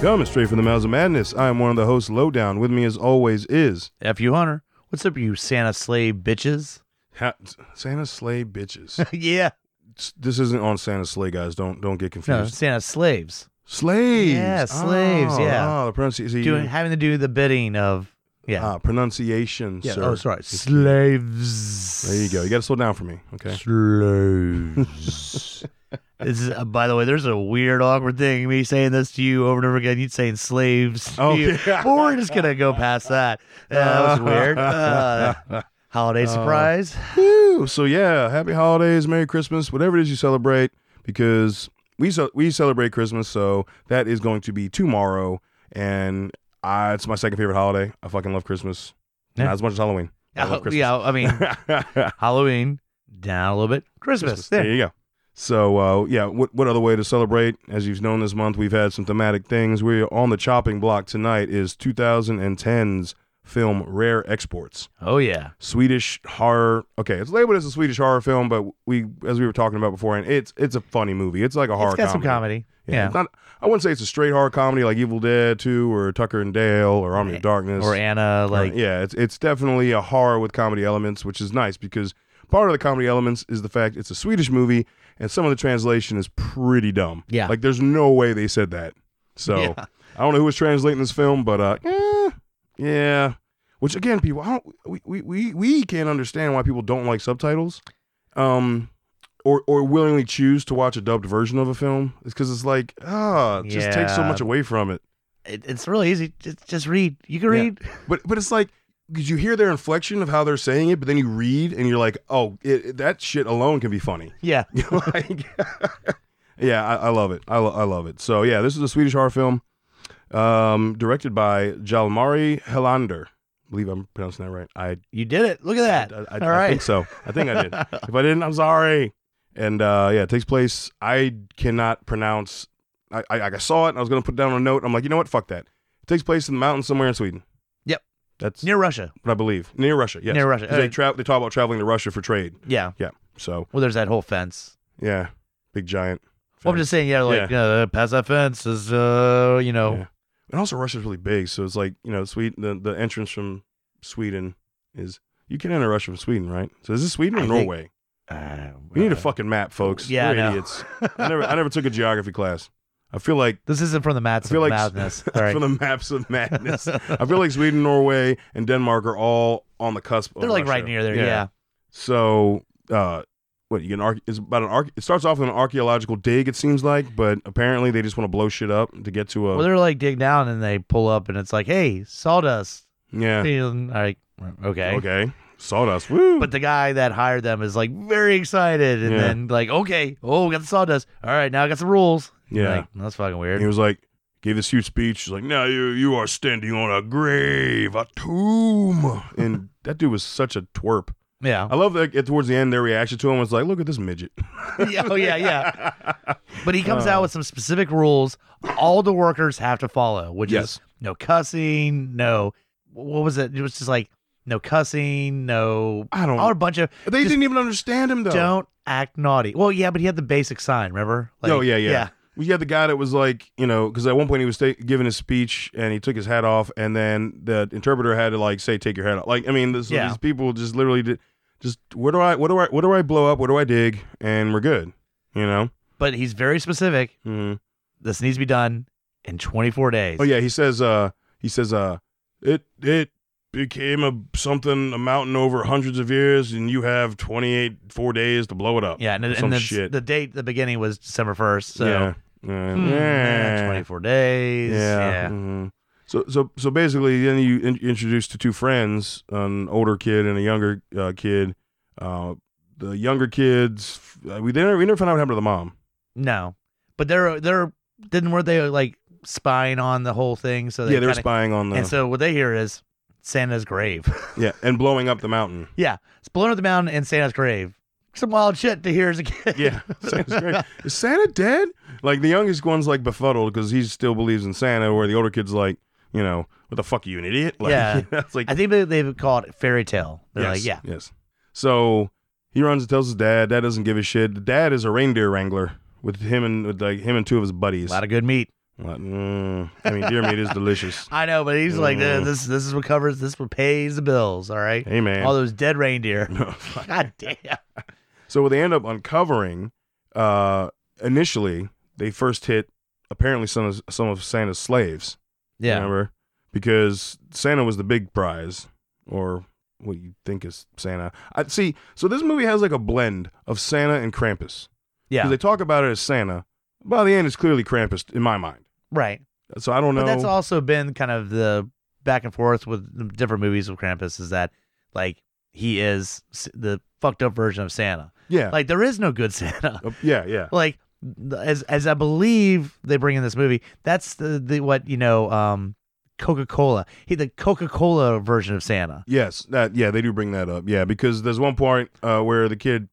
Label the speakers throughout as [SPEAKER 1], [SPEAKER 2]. [SPEAKER 1] Coming straight from the Mouths of Madness, I am one of the hosts, Lowdown. With me, as always, is
[SPEAKER 2] F you, Hunter. What's up, you Santa slave bitches?
[SPEAKER 1] ha- Santa Slay bitches.
[SPEAKER 2] yeah.
[SPEAKER 1] this isn't on Santa Slay, guys. Don't don't get
[SPEAKER 2] No,
[SPEAKER 1] confused.
[SPEAKER 2] Santa slaves.
[SPEAKER 1] Slaves.
[SPEAKER 2] Yeah, slaves,
[SPEAKER 1] Oh,
[SPEAKER 2] yeah.
[SPEAKER 1] Oh, the pronunciation.
[SPEAKER 2] Doing having to do the bidding of yeah.
[SPEAKER 1] Ah, pronunciation,
[SPEAKER 2] yeah.
[SPEAKER 1] sir.
[SPEAKER 2] Oh sorry. Slaves.
[SPEAKER 1] There you go. You got to slow down for me. Okay.
[SPEAKER 2] Slaves. this is, uh, by the way, there's a weird, awkward thing me saying this to you over and over again. You saying slaves. to
[SPEAKER 1] Oh,
[SPEAKER 2] you.
[SPEAKER 1] yeah.
[SPEAKER 2] But we're just gonna go past that. Uh, that was weird. Uh, holiday surprise.
[SPEAKER 1] Woo! So yeah, happy holidays, Merry Christmas, whatever it is you celebrate, because we ce- we celebrate Christmas, so that is going to be tomorrow, and I, it's my second favorite holiday. I fucking love Christmas,
[SPEAKER 2] Yeah.
[SPEAKER 1] not as much as Halloween. I love Christmas.
[SPEAKER 2] Oh, yeah. I mean, Halloween down a little bit. Christmas.
[SPEAKER 1] Christmas.
[SPEAKER 2] There.
[SPEAKER 1] There you go. So uh, yeah, what what other way to celebrate? As you've known this month, we've had some thematic things. We're on the chopping block tonight. Is 2010's film Rare Exports.
[SPEAKER 2] Oh yeah.
[SPEAKER 1] Swedish horror. Okay, it's labeled as a Swedish horror film, but we, as we were talking about before, and it's it's a funny movie. It's like a horror.
[SPEAKER 2] It's got some comedy. Yeah.
[SPEAKER 1] it's not. I wouldn't say it's a straight horror comedy like Evil Dead Two or Tucker and Dale or Army
[SPEAKER 2] Eh,
[SPEAKER 1] of Darkness Uh,
[SPEAKER 2] Or Anna, like,
[SPEAKER 1] yeah, it's it's definitely a horror with comedy elements, which is nice because part of the comedy elements is the fact it's a Swedish movie and some of the translation is pretty dumb.
[SPEAKER 2] Yeah.
[SPEAKER 1] like there's no way they said that. So
[SPEAKER 2] Yeah.
[SPEAKER 1] I don't know who was translating this film, but uh, eh, yeah. Which again, people, I don't we, we we we can't understand why people don't like subtitles, um, or or willingly choose to watch a dubbed version of a film. It's because it's like ah, it just takes so
[SPEAKER 2] Yeah.
[SPEAKER 1] much away from it.
[SPEAKER 2] it, it's really easy. Just, just read. You can
[SPEAKER 1] Yeah.
[SPEAKER 2] read.
[SPEAKER 1] But but it's like because you hear their inflection of how they're saying it, but then you read and you're like, oh, it, it- that shit alone can be funny.
[SPEAKER 2] Yeah.
[SPEAKER 1] You know, like, yeah, I, I love it. I, lo- I love it. So yeah, this is a Swedish horror film, um, directed by Jalmari Helander. I believe I'm pronouncing that right. I
[SPEAKER 2] You did it. Look at that.
[SPEAKER 1] I, I,
[SPEAKER 2] All
[SPEAKER 1] I
[SPEAKER 2] right.
[SPEAKER 1] think so. I think I did. if I didn't, I'm sorry. And uh, yeah, it takes place. I cannot pronounce. I, I, I saw it and I was gonna put down a note. I'm like, you know what? Fuck that. It takes place in the mountains somewhere in Sweden.
[SPEAKER 2] Yep.
[SPEAKER 1] That's
[SPEAKER 2] Near Russia.
[SPEAKER 1] but I believe near Russia. Yes,
[SPEAKER 2] Near Russia.
[SPEAKER 1] 'Cause they
[SPEAKER 2] Uh,
[SPEAKER 1] tra- they talk about traveling to Russia for trade.
[SPEAKER 2] Yeah.
[SPEAKER 1] So
[SPEAKER 2] Well, there's that whole fence.
[SPEAKER 1] yeah, big giant.
[SPEAKER 2] Well, I'm just saying, yeah, like, uh, past that fence is, uh, you know,
[SPEAKER 1] Yeah. and also Russia's really big, so it's like you know, Sweden. The, the entrance from Sweden is you can enter Russia from Sweden, right? So is this Sweden or
[SPEAKER 2] I think-
[SPEAKER 1] Norway?
[SPEAKER 2] uh,
[SPEAKER 1] we need a fucking map, folks.
[SPEAKER 2] yeah,
[SPEAKER 1] We're
[SPEAKER 2] I know.
[SPEAKER 1] idiots. I never I never took a geography class. I feel like
[SPEAKER 2] This isn't from the mats
[SPEAKER 1] I
[SPEAKER 2] of
[SPEAKER 1] feel like
[SPEAKER 2] madness. All right.
[SPEAKER 1] for the maps of madness. I feel like Sweden, Norway, and Denmark are all on the cusp. of
[SPEAKER 2] They're like right
[SPEAKER 1] Russia.
[SPEAKER 2] near there. Yeah.
[SPEAKER 1] So, uh, what you get? An arch- it's about an arch- It starts off with an archaeological dig. It seems like, but apparently they just want to blow shit up to get to a
[SPEAKER 2] Well, they're like dig down and they pull up and it's like, hey, sawdust.
[SPEAKER 1] yeah.
[SPEAKER 2] Feeling- All right. Okay.
[SPEAKER 1] Okay, sawdust. Woo!
[SPEAKER 2] But the guy that hired them is like very excited and
[SPEAKER 1] Yeah.
[SPEAKER 2] then like, okay, oh, we got the sawdust. All right, now I got some rules.
[SPEAKER 1] yeah,
[SPEAKER 2] Like, that's fucking
[SPEAKER 1] And
[SPEAKER 2] weird.
[SPEAKER 1] he was like, gave this huge speech. He's like, now you you are standing on a grave, a tomb, and that dude was such a twerp.
[SPEAKER 2] yeah.
[SPEAKER 1] I love that. At, towards the end, their reaction to him was like, look at this midget.
[SPEAKER 2] yeah. Oh, yeah, yeah. But he comes
[SPEAKER 1] Uh.
[SPEAKER 2] out with some specific rules all the workers have to follow, which
[SPEAKER 1] Yes.
[SPEAKER 2] is no cussing, no, what was it? It was just like no cussing, no,
[SPEAKER 1] I don't.
[SPEAKER 2] all a bunch of
[SPEAKER 1] they
[SPEAKER 2] just
[SPEAKER 1] didn't even understand him though.
[SPEAKER 2] don't act naughty. Well, yeah, but he had the basic sign, remember?
[SPEAKER 1] oh yeah, yeah.
[SPEAKER 2] Yeah.
[SPEAKER 1] Well, you had the guy that was like, you know, because at one point he was ta- giving his speech and he took his hat off, and then the interpreter had to like say, "Take your hat off." Like, I mean, this,
[SPEAKER 2] Yeah.
[SPEAKER 1] these people just literally did, just where do I, what do I, what do I blow up? What do I dig? And we're good, you know.
[SPEAKER 2] But he's very specific.
[SPEAKER 1] Mhm.
[SPEAKER 2] This needs to be done in 24 days.
[SPEAKER 1] Oh yeah, he says, uh, he says, uh, it it became a something a mountain over hundreds of years, and you have twenty eight four days to blow it up.
[SPEAKER 2] Yeah, and,
[SPEAKER 1] Some
[SPEAKER 2] and the,
[SPEAKER 1] shit.
[SPEAKER 2] the date at the beginning was December 1st. So
[SPEAKER 1] yeah, yeah.
[SPEAKER 2] hmm, eh,
[SPEAKER 1] Yeah.
[SPEAKER 2] 24 days.
[SPEAKER 1] Yeah. mhm. So so so basically, then you in- introduced to two friends, an older kid and a younger uh, kid. Uh, the younger kids, uh, we never we never found out what happened to the mom.
[SPEAKER 2] No. But they're they're didn't were they like spying on the whole thing? So they
[SPEAKER 1] yeah, they're
[SPEAKER 2] kinda-
[SPEAKER 1] spying on the
[SPEAKER 2] And so what they hear is Santa's grave.
[SPEAKER 1] yeah, and blowing up the mountain.
[SPEAKER 2] yeah, it's blown up the mountain and Santa's grave. Some wild shit to hear as a kid.
[SPEAKER 1] Yeah, Santa's great. Is Santa dead? Like the youngest one's like befuddled because he still believes in Santa, where the older kid's like, you know, what the fuck, are you an idiot? Like,
[SPEAKER 2] Yeah.
[SPEAKER 1] it's like
[SPEAKER 2] I think they they would call it fairy tale. They're
[SPEAKER 1] yes,
[SPEAKER 2] like, yeah,
[SPEAKER 1] yes. So he runs and tells his dad. Dad doesn't give a shit. The dad is a reindeer wrangler with him and with like him and two of his buddies.
[SPEAKER 2] a lot of good meat.
[SPEAKER 1] Like, mm, I mean, deer meat is delicious.
[SPEAKER 2] I know, but he's like,
[SPEAKER 1] Mm.
[SPEAKER 2] this this is what covers this is what pays the bills. All right,
[SPEAKER 1] Hey man.
[SPEAKER 2] all those dead reindeer.
[SPEAKER 1] No.
[SPEAKER 2] God damn.
[SPEAKER 1] So what they end up uncovering, uh, initially they first hit apparently some of some of Santa's slaves.
[SPEAKER 2] Yeah.
[SPEAKER 1] Remember? Because Santa was the big prize, or what you think is Santa. I see. So this movie has like a blend of Santa and Krampus.
[SPEAKER 2] Yeah.
[SPEAKER 1] Because they talk about it as Santa. By the end, it's clearly Krampus in my mind.
[SPEAKER 2] right.
[SPEAKER 1] So I don't know.
[SPEAKER 2] But that's also been kind of the back and forth with the different movies with Krampus is that like he is s- the fucked up version of Santa.
[SPEAKER 1] yeah.
[SPEAKER 2] Like there is no good Santa.
[SPEAKER 1] Uh, yeah. Yeah.
[SPEAKER 2] Like th- as as I believe they bring in this movie, that's the, the what you know um Coca-Cola. He the Coca-Cola version of Santa.
[SPEAKER 1] Yes, that yeah, they do bring that up. Yeah, because there's one point uh, where the kid,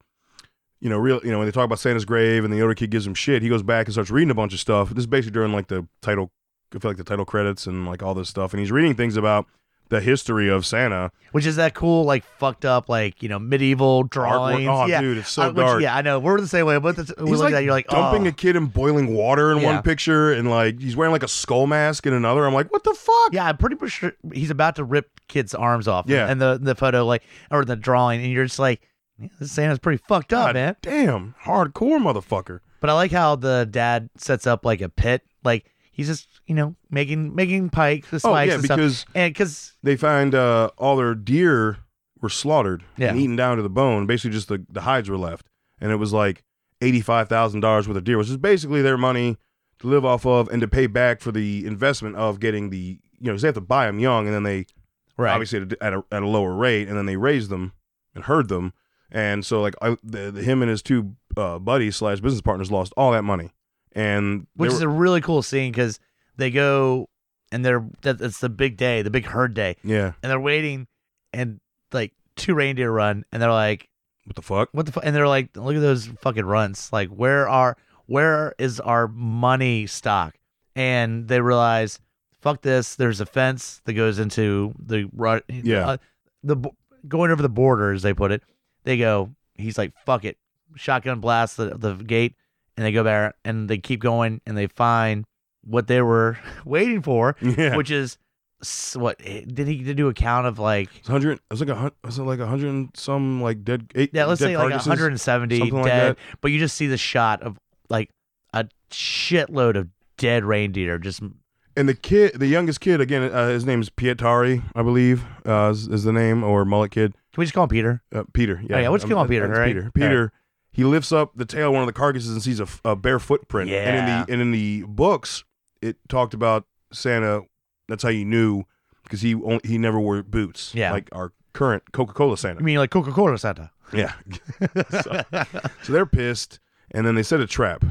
[SPEAKER 1] you know, real, you know, when they talk about Santa's grave and the older kid gives him shit, he goes back and starts reading a bunch of stuff. This is basically during like the title, I feel like the title credits and like all this stuff, and he's reading things about the history of Santa.
[SPEAKER 2] Which is that cool like fucked up like, you know, medieval
[SPEAKER 1] Artwork.
[SPEAKER 2] drawings.
[SPEAKER 1] Oh,
[SPEAKER 2] yeah.
[SPEAKER 1] dude, it's so
[SPEAKER 2] I- which-
[SPEAKER 1] dark.
[SPEAKER 2] yeah, I know. We're the same way, but that's, we
[SPEAKER 1] He's
[SPEAKER 2] look
[SPEAKER 1] like
[SPEAKER 2] at that, you're like
[SPEAKER 1] Dumping
[SPEAKER 2] oh.
[SPEAKER 1] a kid in boiling water in
[SPEAKER 2] Yeah.
[SPEAKER 1] one picture, and like he's wearing like a skull mask in another. I'm like, what the fuck?
[SPEAKER 2] Yeah, I'm pretty much sure he's about to rip kids' arms off.
[SPEAKER 1] Yeah.
[SPEAKER 2] And the the photo, like, or the drawing, and you're just like, "Yeah, this Santa's pretty fucked up,
[SPEAKER 1] God
[SPEAKER 2] man.
[SPEAKER 1] damn, hardcore motherfucker.
[SPEAKER 2] But I like how the dad sets up like a pit. Like, he's just, you know, making making pikes, the
[SPEAKER 1] Oh
[SPEAKER 2] spikes
[SPEAKER 1] yeah,
[SPEAKER 2] and stuff.
[SPEAKER 1] because
[SPEAKER 2] And because,
[SPEAKER 1] they find uh, all their deer were slaughtered
[SPEAKER 2] Yeah.
[SPEAKER 1] and eaten down to the bone. Basically, just the, the hides were left, and it was like eighty five thousand dollars worth of deer, which is basically their money to live off of and to pay back for the investment of getting the you know 'cause they have to buy them young, and then they
[SPEAKER 2] right.
[SPEAKER 1] obviously at a, at a at a lower rate, and then they raise them and herd them, and so like I, the, the, him and his two uh, buddies slash business partners lost all that money, and they
[SPEAKER 2] Which is
[SPEAKER 1] were-
[SPEAKER 2] a really cool scene because they go and they're, that, it's the big day, the big herd day,
[SPEAKER 1] yeah
[SPEAKER 2] and they're waiting and like two reindeer run, and they're like,
[SPEAKER 1] what the fuck
[SPEAKER 2] what the fu- and they're like look at those fucking runts like where are where is our money stock and they realize fuck this there's a fence that goes into the run
[SPEAKER 1] Yeah.
[SPEAKER 2] uh, the bo- going over the border as they put it they go he's like fuck it shotgun blast the, the gate and they go there and they keep going and they find what they were waiting for
[SPEAKER 1] yeah
[SPEAKER 2] which is s- what eh, did he do a count of like
[SPEAKER 1] It's hundred. It was like a hundred. Was it like a hundred and some like dead? Eight,
[SPEAKER 2] Yeah, let's
[SPEAKER 1] dead
[SPEAKER 2] say like
[SPEAKER 1] carcasses?
[SPEAKER 2] 170 dead,
[SPEAKER 1] something like
[SPEAKER 2] but you just see the shot of like a shitload of dead reindeer. Just
[SPEAKER 1] And the kid, the youngest kid, again, uh, his name is Pietari, I believe, uh, is, is the name or Mullet kid.
[SPEAKER 2] can we just call him Peter?
[SPEAKER 1] Uh, Peter. Yeah,
[SPEAKER 2] Oh, yeah, we'll just call him
[SPEAKER 1] I- I-
[SPEAKER 2] Peter,
[SPEAKER 1] it's
[SPEAKER 2] all right?
[SPEAKER 1] Peter. Peter. He lifts up the tail of one of the carcasses and sees a, f- a bare footprint.
[SPEAKER 2] Yeah.
[SPEAKER 1] And in the and in the books, it talked about Santa. That's how you knew because he on- he never wore boots.
[SPEAKER 2] Yeah.
[SPEAKER 1] Like our current Coca Cola Santa.
[SPEAKER 2] I mean, like Coca Cola Santa.
[SPEAKER 1] Yeah. so, so they're pissed, and then they set a trap.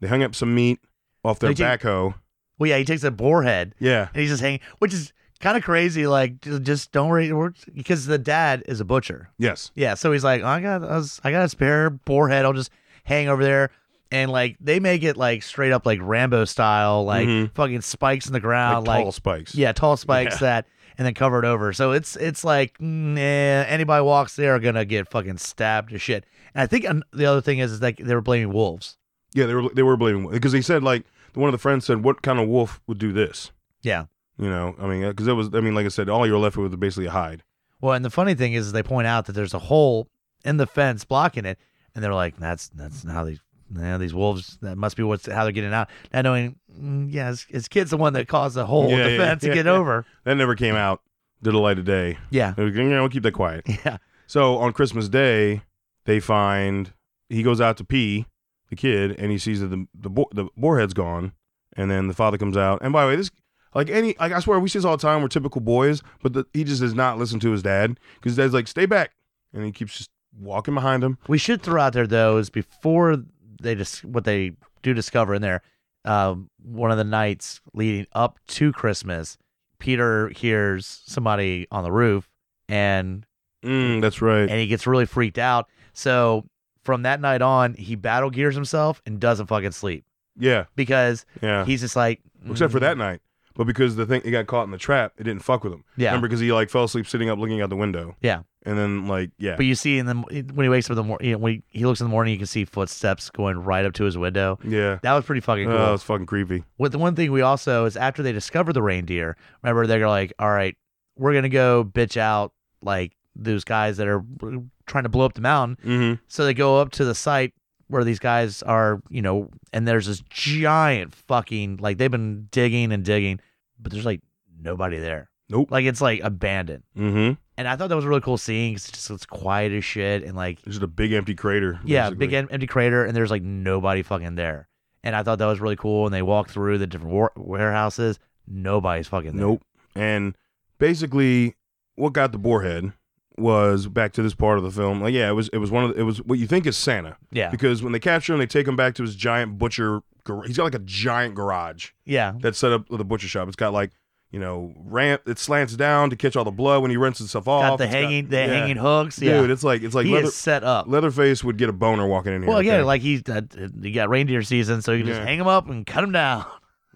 [SPEAKER 1] They hung up some meat off their
[SPEAKER 2] They take-
[SPEAKER 1] backhoe.
[SPEAKER 2] Well, yeah, he takes a boar head
[SPEAKER 1] Yeah.
[SPEAKER 2] and he's just hanging, which is kind of crazy. Like, ju- just don't worry, we're- because the dad is a butcher.
[SPEAKER 1] Yes.
[SPEAKER 2] Yeah, so he's like, I got, I, was, I got a spare boar head. I'll just hang over there. And like they make it like straight up like Rambo style, like
[SPEAKER 1] Mhm.
[SPEAKER 2] fucking spikes in the
[SPEAKER 1] like
[SPEAKER 2] ground, Mm-hmm. Uh, like
[SPEAKER 1] tall spikes.
[SPEAKER 2] Yeah, tall spikes that, and then covered over. So it's it's like nah, anybody walks there are gonna get fucking stabbed to shit. And I think an- the other thing is is like they were blaming wolves.
[SPEAKER 1] Yeah, they were they were blaming because they said like one of the friends said, "What kind of wolf would do this?"
[SPEAKER 2] Yeah.
[SPEAKER 1] You know, I mean, because it was I mean, like I said, all you're left with was basically a hide.
[SPEAKER 2] Well, and the funny thing is, is they point out that there's a hole in the fence blocking it, and they're like, that's that's how these yeah, these wolves that must be what's how they're getting out. Not knowing, mm, yeah, his, his kid's the one that caused the hole
[SPEAKER 1] Yeah,
[SPEAKER 2] in the
[SPEAKER 1] yeah,
[SPEAKER 2] fence
[SPEAKER 1] yeah,
[SPEAKER 2] to get
[SPEAKER 1] yeah.
[SPEAKER 2] over.
[SPEAKER 1] That never came out to the light of day.
[SPEAKER 2] Yeah,
[SPEAKER 1] They're like, "Yeah, we'll keep that quiet.
[SPEAKER 2] yeah,
[SPEAKER 1] So on Christmas Day, they find he goes out to pee the kid, and he sees that the the, bo- the boar head's gone, and then the father comes out. And by the way, this like any like I swear we see this all the time. We're typical boys, but the, he just does not listen to his dad because his dad's like, "Stay back," and he keeps just walking behind him.
[SPEAKER 2] we should throw out there though is before they just what they do discover in there um, one of the nights leading up to Christmas, Peter hears somebody on the roof and
[SPEAKER 1] Mm, that's right.
[SPEAKER 2] and he gets really freaked out. So from that night on, he battle gears himself and doesn't fucking sleep
[SPEAKER 1] yeah,
[SPEAKER 2] because
[SPEAKER 1] yeah.
[SPEAKER 2] he's just like
[SPEAKER 1] Except for that
[SPEAKER 2] mm,
[SPEAKER 1] night, but because the thing he got caught in the trap, it didn't fuck with him.
[SPEAKER 2] Yeah,
[SPEAKER 1] Remember, because he like fell asleep sitting up looking out the window.
[SPEAKER 2] Yeah.
[SPEAKER 1] And then like yeah,
[SPEAKER 2] but you see in the when he wakes up in the morning, you know, when he, he looks in the morning, you can see footsteps going right up to his window.
[SPEAKER 1] yeah.
[SPEAKER 2] That was pretty fucking cool.
[SPEAKER 1] Oh, that was fucking creepy.
[SPEAKER 2] What the one thing we also is after they discover the reindeer, remember they're like, all right, we're gonna go bitch out like those guys that are trying to blow up the mountain.
[SPEAKER 1] Mm-hmm.
[SPEAKER 2] So they go up to the site where these guys are, you know, and there's this giant fucking like they've been digging and digging, but there's like nobody there.
[SPEAKER 1] Nope.
[SPEAKER 2] Like it's like abandoned.
[SPEAKER 1] Mm-hmm.
[SPEAKER 2] And I thought that was really cool seeing 'cause it's just it's quiet as shit and like
[SPEAKER 1] It's just a big empty crater.
[SPEAKER 2] yeah,
[SPEAKER 1] basically.
[SPEAKER 2] big em- empty crater, and there's like nobody fucking there. And I thought that was really cool. And they walk through the different war- warehouses. Nobody's fucking there.
[SPEAKER 1] Nope. And basically, what got the boarhead was back to this part of the film. Like, yeah, it was it was one of the, it was what you think is Santa
[SPEAKER 2] Yeah.
[SPEAKER 1] because when they capture him, they take him back to his giant butcher. gar- He's got like a giant garage
[SPEAKER 2] yeah.
[SPEAKER 1] that's set up with a butcher shop. It's got like you know ramp. It slants down to catch all the blood when he rinses stuff off.
[SPEAKER 2] Got the
[SPEAKER 1] It's
[SPEAKER 2] hanging, the
[SPEAKER 1] Oh, yeah.
[SPEAKER 2] hanging hooks. Yeah.
[SPEAKER 1] dude. It's like it's like
[SPEAKER 2] he
[SPEAKER 1] leather,
[SPEAKER 2] is set up.
[SPEAKER 1] Leatherface would get a boner walking in here.
[SPEAKER 2] Well,
[SPEAKER 1] okay?
[SPEAKER 2] yeah, like he's uh, you got reindeer season, so you can just
[SPEAKER 1] Yeah.
[SPEAKER 2] hang him up and cut him down.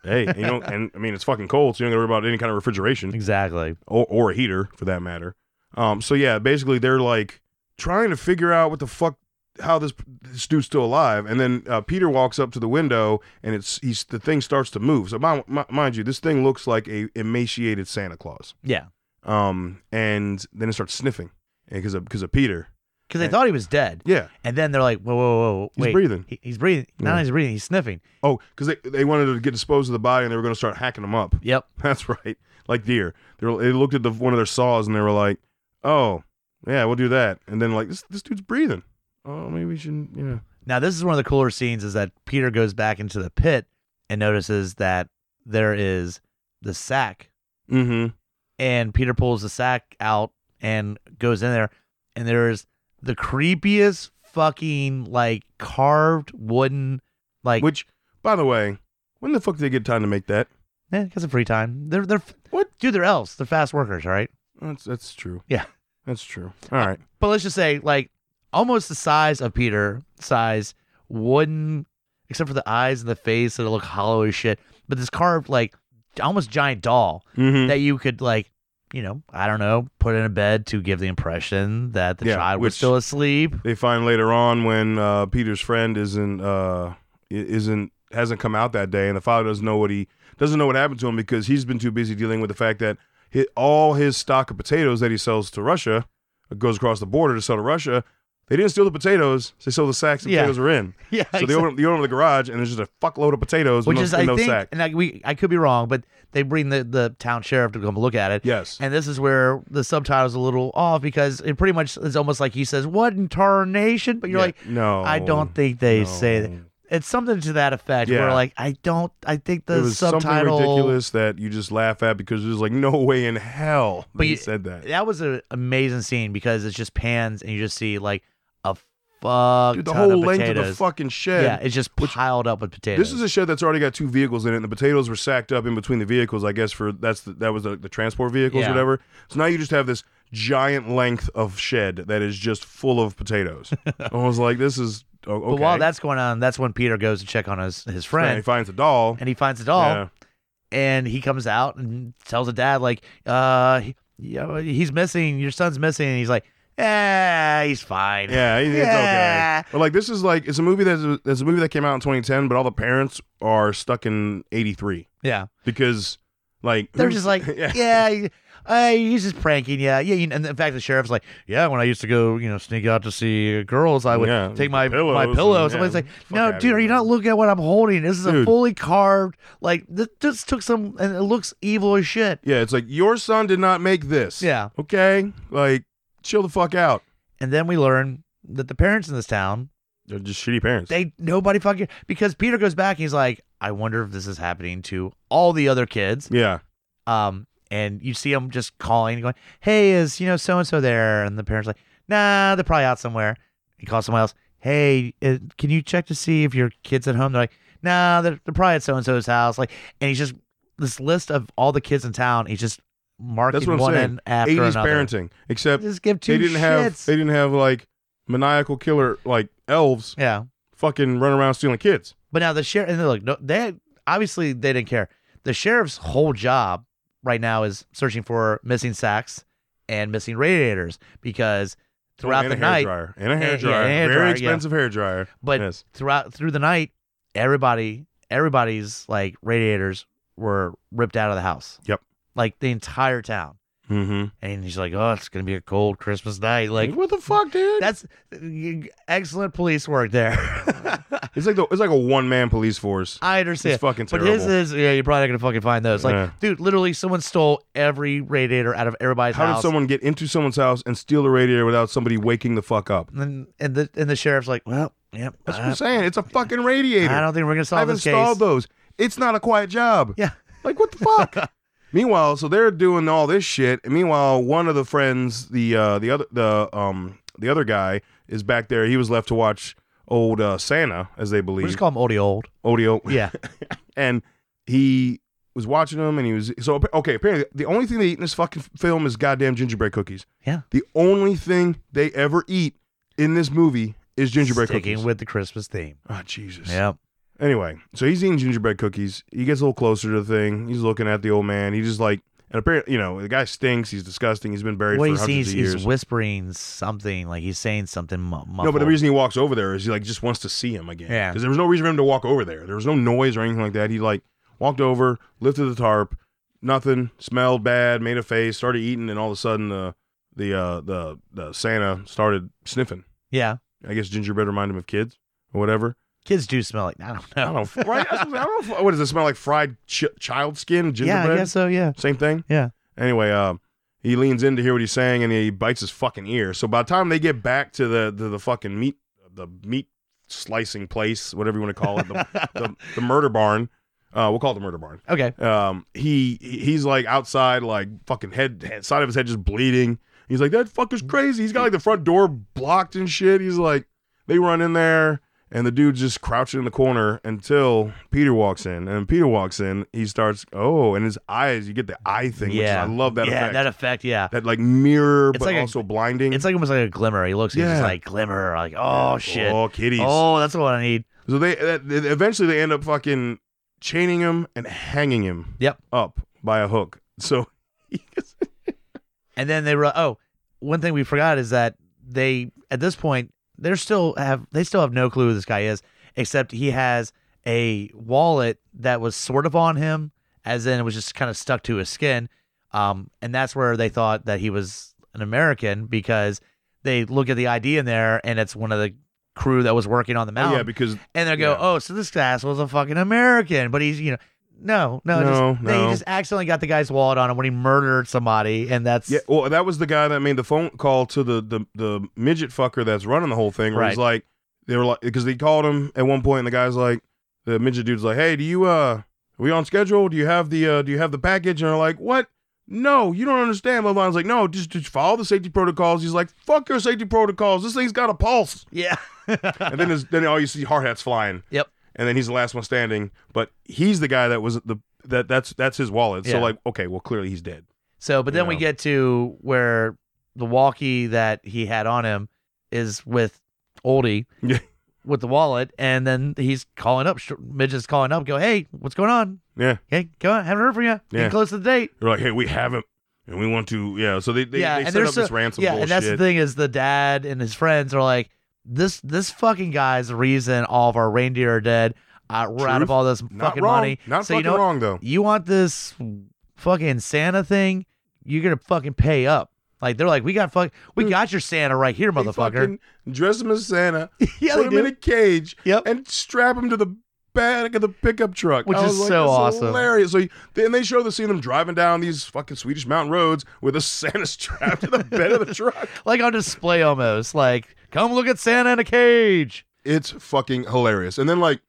[SPEAKER 1] hey, you know, and I mean it's fucking cold, so you don't gotta worry about any kind of refrigeration.
[SPEAKER 2] Exactly.
[SPEAKER 1] or, or a heater for that matter. Um, so yeah, basically they're like trying to figure out what the fuck, how this, this dude's still alive. And then uh, Peter walks up to the window and it's he's the thing starts to move. So mind, mi- mind you, this thing looks like a emaciated Santa Claus.
[SPEAKER 2] Yeah,
[SPEAKER 1] Um, and then it starts sniffing because of because of Peter.
[SPEAKER 2] because they
[SPEAKER 1] Hey.
[SPEAKER 2] thought he was dead,
[SPEAKER 1] Yeah,
[SPEAKER 2] and then they're like, "Whoa, whoa, whoa, whoa,
[SPEAKER 1] he's
[SPEAKER 2] wait."
[SPEAKER 1] breathing.
[SPEAKER 2] He- he's breathing. Not
[SPEAKER 1] Yeah.
[SPEAKER 2] only he's breathing, he's sniffing.
[SPEAKER 1] Oh, because they they wanted to get disposed of the body and they were going to start hacking him up.
[SPEAKER 2] Yep.
[SPEAKER 1] That's right. Like deer. They, were, they looked at the one of their saws and they were like, "Oh, yeah, we'll do that." And then like this this dude's breathing. Oh, maybe we should, you know.
[SPEAKER 2] Now this is one of the cooler scenes is that Peter goes back into the pit and notices that there is the sack,
[SPEAKER 1] Mm-hmm.
[SPEAKER 2] and Peter pulls the sack out and goes in there, and there's the creepiest fucking like carved wooden like
[SPEAKER 1] Which, by the way, when the fuck did they get time to make that?
[SPEAKER 2] Eh, got some free time. They're they're
[SPEAKER 1] What?
[SPEAKER 2] dude? They're elves. They're fast workers. All right.
[SPEAKER 1] That's that's true.
[SPEAKER 2] Yeah.
[SPEAKER 1] that's true. All right.
[SPEAKER 2] But let's just say like almost the size of Peter size wooden, except for the eyes and the face that look hollow as shit. But this carved like almost giant doll
[SPEAKER 1] Mm-hmm.
[SPEAKER 2] that you could like you know I don't know put in a bed to give the impression that the
[SPEAKER 1] Yeah,
[SPEAKER 2] child
[SPEAKER 1] which-
[SPEAKER 2] was still asleep.
[SPEAKER 1] They find later on when uh, Peter's friend isn't uh, i- isn't hasn't come out that day, and the father doesn't know what he doesn't know what happened to him because he's been too busy dealing with the fact that hi all his stock of potatoes that he sells to Russia uh, goes across the border to sell to Russia. They didn't steal the potatoes; they sold the sacks the
[SPEAKER 2] Yeah.
[SPEAKER 1] potatoes were in.
[SPEAKER 2] Yeah.
[SPEAKER 1] So they open, they open up the garage, and there's just a fuckload of potatoes,
[SPEAKER 2] Which
[SPEAKER 1] in
[SPEAKER 2] is
[SPEAKER 1] no,
[SPEAKER 2] I
[SPEAKER 1] in no
[SPEAKER 2] think,
[SPEAKER 1] sack.
[SPEAKER 2] and I, we I could be wrong, but they bring the the town sheriff to come look at it.
[SPEAKER 1] Yes,
[SPEAKER 2] And this is where the subtitle's a little off because it pretty much is almost like he says, What in tarnation? But you're
[SPEAKER 1] Yeah.
[SPEAKER 2] like,
[SPEAKER 1] no,
[SPEAKER 2] I don't think they say that.
[SPEAKER 1] no.
[SPEAKER 2] It's something to that effect where
[SPEAKER 1] Yeah.
[SPEAKER 2] like, I don't, I think
[SPEAKER 1] It
[SPEAKER 2] the
[SPEAKER 1] was
[SPEAKER 2] subtitle.
[SPEAKER 1] something ridiculous that you just laugh at because there's like no way in hell
[SPEAKER 2] But
[SPEAKER 1] they
[SPEAKER 2] you-
[SPEAKER 1] said that.
[SPEAKER 2] That was an amazing scene because it's just pans and you just see like a fuck
[SPEAKER 1] Dude, the
[SPEAKER 2] ton
[SPEAKER 1] whole
[SPEAKER 2] of
[SPEAKER 1] length
[SPEAKER 2] potatoes.
[SPEAKER 1] of the fucking shed.
[SPEAKER 2] yeah, it's just piled up with potatoes.
[SPEAKER 1] This is a shed that's already got two vehicles in it, and the potatoes were sacked up in between the vehicles. I guess for that's the, that was the, the transport vehicles,
[SPEAKER 2] Yeah.
[SPEAKER 1] or whatever. So now you just have this giant length of shed that is just full of potatoes. I was like, this is oh, okay.
[SPEAKER 2] But while that's going on, that's when Peter goes to check on his his
[SPEAKER 1] and he
[SPEAKER 2] friend.
[SPEAKER 1] finds a doll.
[SPEAKER 2] And he finds it all,
[SPEAKER 1] Yeah.
[SPEAKER 2] and he comes out and tells the dad like uh he, yeah, he's missing your son's missing and he's like yeah he's fine
[SPEAKER 1] Yeah, he- it's
[SPEAKER 2] Yeah.
[SPEAKER 1] okay. But like, this is like it's a movie that's that's a movie that came out in 2010, but all the parents are stuck in '83
[SPEAKER 2] yeah
[SPEAKER 1] because like
[SPEAKER 2] they're
[SPEAKER 1] who's-
[SPEAKER 2] just like
[SPEAKER 1] yeah.
[SPEAKER 2] yeah, he uh, he's just pranking yeah yeah you know, and in fact the sheriff's like yeah when I used to go you know sneak out to see girls I would
[SPEAKER 1] Yeah,
[SPEAKER 2] take my
[SPEAKER 1] pillows
[SPEAKER 2] my
[SPEAKER 1] and-
[SPEAKER 2] pillow
[SPEAKER 1] yeah,
[SPEAKER 2] somebody's like
[SPEAKER 1] fuck
[SPEAKER 2] no
[SPEAKER 1] outta
[SPEAKER 2] dude
[SPEAKER 1] here,
[SPEAKER 2] are you not
[SPEAKER 1] man."
[SPEAKER 2] looking at what I'm holding this is a
[SPEAKER 1] Dude.
[SPEAKER 2] fully carved like this just took some and it looks evil as shit
[SPEAKER 1] Yeah, it's like your son did not make this.
[SPEAKER 2] yeah
[SPEAKER 1] Okay, like chill the fuck out.
[SPEAKER 2] and then we learn that the parents in this town
[SPEAKER 1] They're just shitty parents.
[SPEAKER 2] They nobody fucking because Peter goes back and he's like, I wonder if this is happening to all the other kids.
[SPEAKER 1] yeah.
[SPEAKER 2] Um, and you see him just calling, going, Hey, is you know so and so there? And the parents like, Nah, they're probably out somewhere. He calls someone else. Hey, uh, can you check to see if your kid's at home? They're like, nah, they're, they're probably at so and so's house. Like, and he's just this list of all the kids in town. He's just marking
[SPEAKER 1] what I'm
[SPEAKER 2] one
[SPEAKER 1] saying.
[SPEAKER 2] end after
[SPEAKER 1] 80s
[SPEAKER 2] another.
[SPEAKER 1] parenting, except
[SPEAKER 2] Just give
[SPEAKER 1] they
[SPEAKER 2] two
[SPEAKER 1] didn't have
[SPEAKER 2] shits.
[SPEAKER 1] they didn't have like maniacal killer like elves
[SPEAKER 2] yeah,
[SPEAKER 1] fucking running around stealing kids.
[SPEAKER 2] but now the sheriff and look, no, they obviously they didn't care. The sheriff's whole job right now is searching for missing sacks and missing radiators because throughout
[SPEAKER 1] and
[SPEAKER 2] the
[SPEAKER 1] a
[SPEAKER 2] night,
[SPEAKER 1] dryer. and a
[SPEAKER 2] and-
[SPEAKER 1] hair
[SPEAKER 2] yeah,
[SPEAKER 1] dryer,
[SPEAKER 2] and a hair
[SPEAKER 1] very
[SPEAKER 2] dryer, yeah.
[SPEAKER 1] expensive hair dryer.
[SPEAKER 2] but
[SPEAKER 1] yes,
[SPEAKER 2] throughout through the night, everybody everybody's like radiators were ripped out of the house.
[SPEAKER 1] Yep.
[SPEAKER 2] Like the entire town.
[SPEAKER 1] mm-hmm.
[SPEAKER 2] And he's like, "Oh, it's gonna be a cold Christmas night." Like
[SPEAKER 1] what the fuck, dude?
[SPEAKER 2] that's y- excellent police work there.
[SPEAKER 1] It's like the, it's like a one man police force. It's
[SPEAKER 2] I understand.
[SPEAKER 1] fucking
[SPEAKER 2] But
[SPEAKER 1] terrible.
[SPEAKER 2] his is yeah, you're probably not gonna fucking find those. Like,
[SPEAKER 1] Yeah.
[SPEAKER 2] dude, literally, someone stole every radiator out of everybody's
[SPEAKER 1] How
[SPEAKER 2] house.
[SPEAKER 1] did someone get into someone's house and steal the radiator without somebody waking the fuck up?
[SPEAKER 2] And, then- and the and the sheriff's like, "Well, yep,
[SPEAKER 1] That's what
[SPEAKER 2] I,
[SPEAKER 1] I'm saying. It's a fucking radiator.
[SPEAKER 2] I don't think we're gonna solve
[SPEAKER 1] I've
[SPEAKER 2] this
[SPEAKER 1] installed
[SPEAKER 2] case."
[SPEAKER 1] those. It's not a quiet job.
[SPEAKER 2] Yeah.
[SPEAKER 1] Like what the fuck? meanwhile, so they're doing all this shit. And meanwhile, one of the friends, the uh, the other the um the other guy is back there. He was left to watch old uh, Santa, as they
[SPEAKER 2] we
[SPEAKER 1] believe.
[SPEAKER 2] just call him Oldie Old.
[SPEAKER 1] Odeo.
[SPEAKER 2] Yeah,
[SPEAKER 1] And he was watching them and he was so appa- okay, apparently the only thing they eat in this fucking f- film is goddamn gingerbread cookies.
[SPEAKER 2] Yeah.
[SPEAKER 1] The only thing they ever eat in this movie is gingerbread
[SPEAKER 2] sticking
[SPEAKER 1] cookies.
[SPEAKER 2] with the Christmas theme.
[SPEAKER 1] oh Jesus.
[SPEAKER 2] Yeah,
[SPEAKER 1] Anyway, so he's eating gingerbread cookies. He gets a little closer to the thing. He's looking at the old man. He just like, and apparently, you know, the guy stinks. He's disgusting. He's been buried
[SPEAKER 2] what
[SPEAKER 1] for
[SPEAKER 2] he's,
[SPEAKER 1] hundreds
[SPEAKER 2] he's,
[SPEAKER 1] of
[SPEAKER 2] he's
[SPEAKER 1] years.
[SPEAKER 2] whispering something, like he's saying something. Mu-
[SPEAKER 1] no, but the
[SPEAKER 2] muffled.
[SPEAKER 1] reason he walks over there is he like just wants to see him again.
[SPEAKER 2] Yeah.
[SPEAKER 1] because there was no reason for him to walk over there. There was no noise or anything like that. He like walked over, lifted the tarp, nothing, smelled bad, made a face, started eating, and all of a sudden the the uh, the the Santa started sniffing.
[SPEAKER 2] yeah,
[SPEAKER 1] I guess gingerbread reminded him of kids or whatever.
[SPEAKER 2] kids do smell like I don't know.
[SPEAKER 1] I don't know. Right? I don't know. What does it smell like? Fried ch- child skin?
[SPEAKER 2] yeah,
[SPEAKER 1] Gingerbread?
[SPEAKER 2] I guess so. Yeah,
[SPEAKER 1] Same thing.
[SPEAKER 2] Yeah.
[SPEAKER 1] Anyway, um, he leans in to hear what he's saying, and he bites his fucking ear. So by the time they get back to the the, the fucking meat the meat slicing place, whatever you want to call it, the, the, the murder barn. Uh, we'll call it the murder barn.
[SPEAKER 2] okay.
[SPEAKER 1] Um, he he- he's like outside, like fucking head, head side of his head just bleeding. He's like that fucker's crazy. He's got like the front door blocked and shit. He's like, they run in there, and the dude's just crouching in the corner until Peter walks in. And when Peter walks in, he starts oh, and his eyes, you get the eye thing.
[SPEAKER 2] Yeah.
[SPEAKER 1] which is, I love that
[SPEAKER 2] yeah,
[SPEAKER 1] effect.
[SPEAKER 2] that
[SPEAKER 1] That,
[SPEAKER 2] effect. Yeah,
[SPEAKER 1] like mirror,
[SPEAKER 2] It's
[SPEAKER 1] but
[SPEAKER 2] like a-
[SPEAKER 1] also blinding.
[SPEAKER 2] it's like almost like a glimmer. He looks, he's
[SPEAKER 1] Yeah.
[SPEAKER 2] just like glimmer. Like oh shit.
[SPEAKER 1] Oh kitties.
[SPEAKER 2] Oh, that's what I need.
[SPEAKER 1] So they that- eventually they end up fucking chaining him and hanging him.
[SPEAKER 2] Yep.
[SPEAKER 1] Up by a hook. So.
[SPEAKER 2] And then they were oh, one thing we forgot is that they at this point they're still have they still have no clue who this guy is, except he has a wallet that was sort of on him, as in it was just kind of stuck to his skin. Um, and that's where they thought that he was an American because they look at the ID in there and it's one of the crew that was working on the
[SPEAKER 1] Oh,
[SPEAKER 2] mountain.
[SPEAKER 1] yeah, because
[SPEAKER 2] and they go,
[SPEAKER 1] Yeah.
[SPEAKER 2] "Oh, so this asshole's a fucking American," but he's you know, no, no, just,
[SPEAKER 1] No,
[SPEAKER 2] they
[SPEAKER 1] no.
[SPEAKER 2] just accidentally got the guy's wallet on him when he murdered somebody, and that's
[SPEAKER 1] Yeah, well, that was the guy that made the phone call to the the, the midget fucker that's running the whole thing. Where he's
[SPEAKER 2] Right.
[SPEAKER 1] like, they were like, because they called him at one point, and the guy's like, the midget dude's like, hey, do you uh, are we on schedule? Do you have the uh, do you have the package? And they're like, what? No, you don't understand. Levon's like, no, just, just follow the safety protocols. He's like, fuck your safety protocols. This thing's got a pulse.
[SPEAKER 2] yeah,
[SPEAKER 1] And then his, then all you see hard hats flying.
[SPEAKER 2] Yep.
[SPEAKER 1] And then he's the last one standing, but he's the guy that was the that that's that's his wallet. So
[SPEAKER 2] Yeah.
[SPEAKER 1] like, okay, well, clearly he's dead.
[SPEAKER 2] So, but then we
[SPEAKER 1] Yeah.
[SPEAKER 2] get to where the walkie that he had on him is with Oldie
[SPEAKER 1] Yeah.
[SPEAKER 2] with the wallet, and then he's calling up. Sh- Midget's calling up, go, hey, what's going on?
[SPEAKER 1] Yeah.
[SPEAKER 2] Hey, come on, haven't heard from you.
[SPEAKER 1] Yeah.
[SPEAKER 2] Getting close to the date.
[SPEAKER 1] They're like, hey, we haven't, and we want to, yeah. So they they,
[SPEAKER 2] Yeah,
[SPEAKER 1] they
[SPEAKER 2] and
[SPEAKER 1] set
[SPEAKER 2] they're
[SPEAKER 1] up this
[SPEAKER 2] so-
[SPEAKER 1] ransom
[SPEAKER 2] yeah,
[SPEAKER 1] bullshit.
[SPEAKER 2] and that's the thing is the dad and his friends are like, this this fucking guy's the reason all of our reindeer are dead. Uh, we're out
[SPEAKER 1] Truth.
[SPEAKER 2] of all this
[SPEAKER 1] Not
[SPEAKER 2] fucking
[SPEAKER 1] wrong.
[SPEAKER 2] money.
[SPEAKER 1] Not
[SPEAKER 2] so
[SPEAKER 1] fucking
[SPEAKER 2] you know what?
[SPEAKER 1] wrong though.
[SPEAKER 2] you want this fucking Santa thing, you're gonna fucking pay up. Like they're like, we got fuck, we
[SPEAKER 1] Dude,
[SPEAKER 2] got your Santa right here,
[SPEAKER 1] They
[SPEAKER 2] motherfucker.
[SPEAKER 1] fucking dress him as Santa,
[SPEAKER 2] yeah,
[SPEAKER 1] put him
[SPEAKER 2] they
[SPEAKER 1] in
[SPEAKER 2] do.
[SPEAKER 1] a cage,
[SPEAKER 2] Yep.
[SPEAKER 1] and strap him to the back of the pickup truck,
[SPEAKER 2] Which
[SPEAKER 1] I
[SPEAKER 2] is
[SPEAKER 1] was like,
[SPEAKER 2] so
[SPEAKER 1] "That's
[SPEAKER 2] awesome."
[SPEAKER 1] hilarious. So then they show the scene of them driving down these fucking Swedish mountain roads with a Santa strapped to the bed of the truck.
[SPEAKER 2] Like on display almost. Like, come look at Santa in a cage.
[SPEAKER 1] It's fucking hilarious. And then like,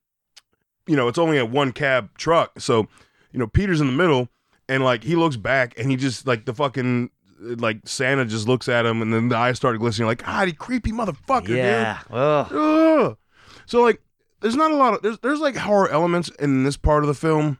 [SPEAKER 1] you know, it's only a one cab truck, so you know Peter's in the middle, and like he looks back and he just like the fucking like Santa just looks at him, and then the eyes started glistening. Like, God, he creepy motherfucker,
[SPEAKER 2] yeah. Ugh.
[SPEAKER 1] dude. Ugh. So like, there's not a lot of there's there's like horror elements in this part of the film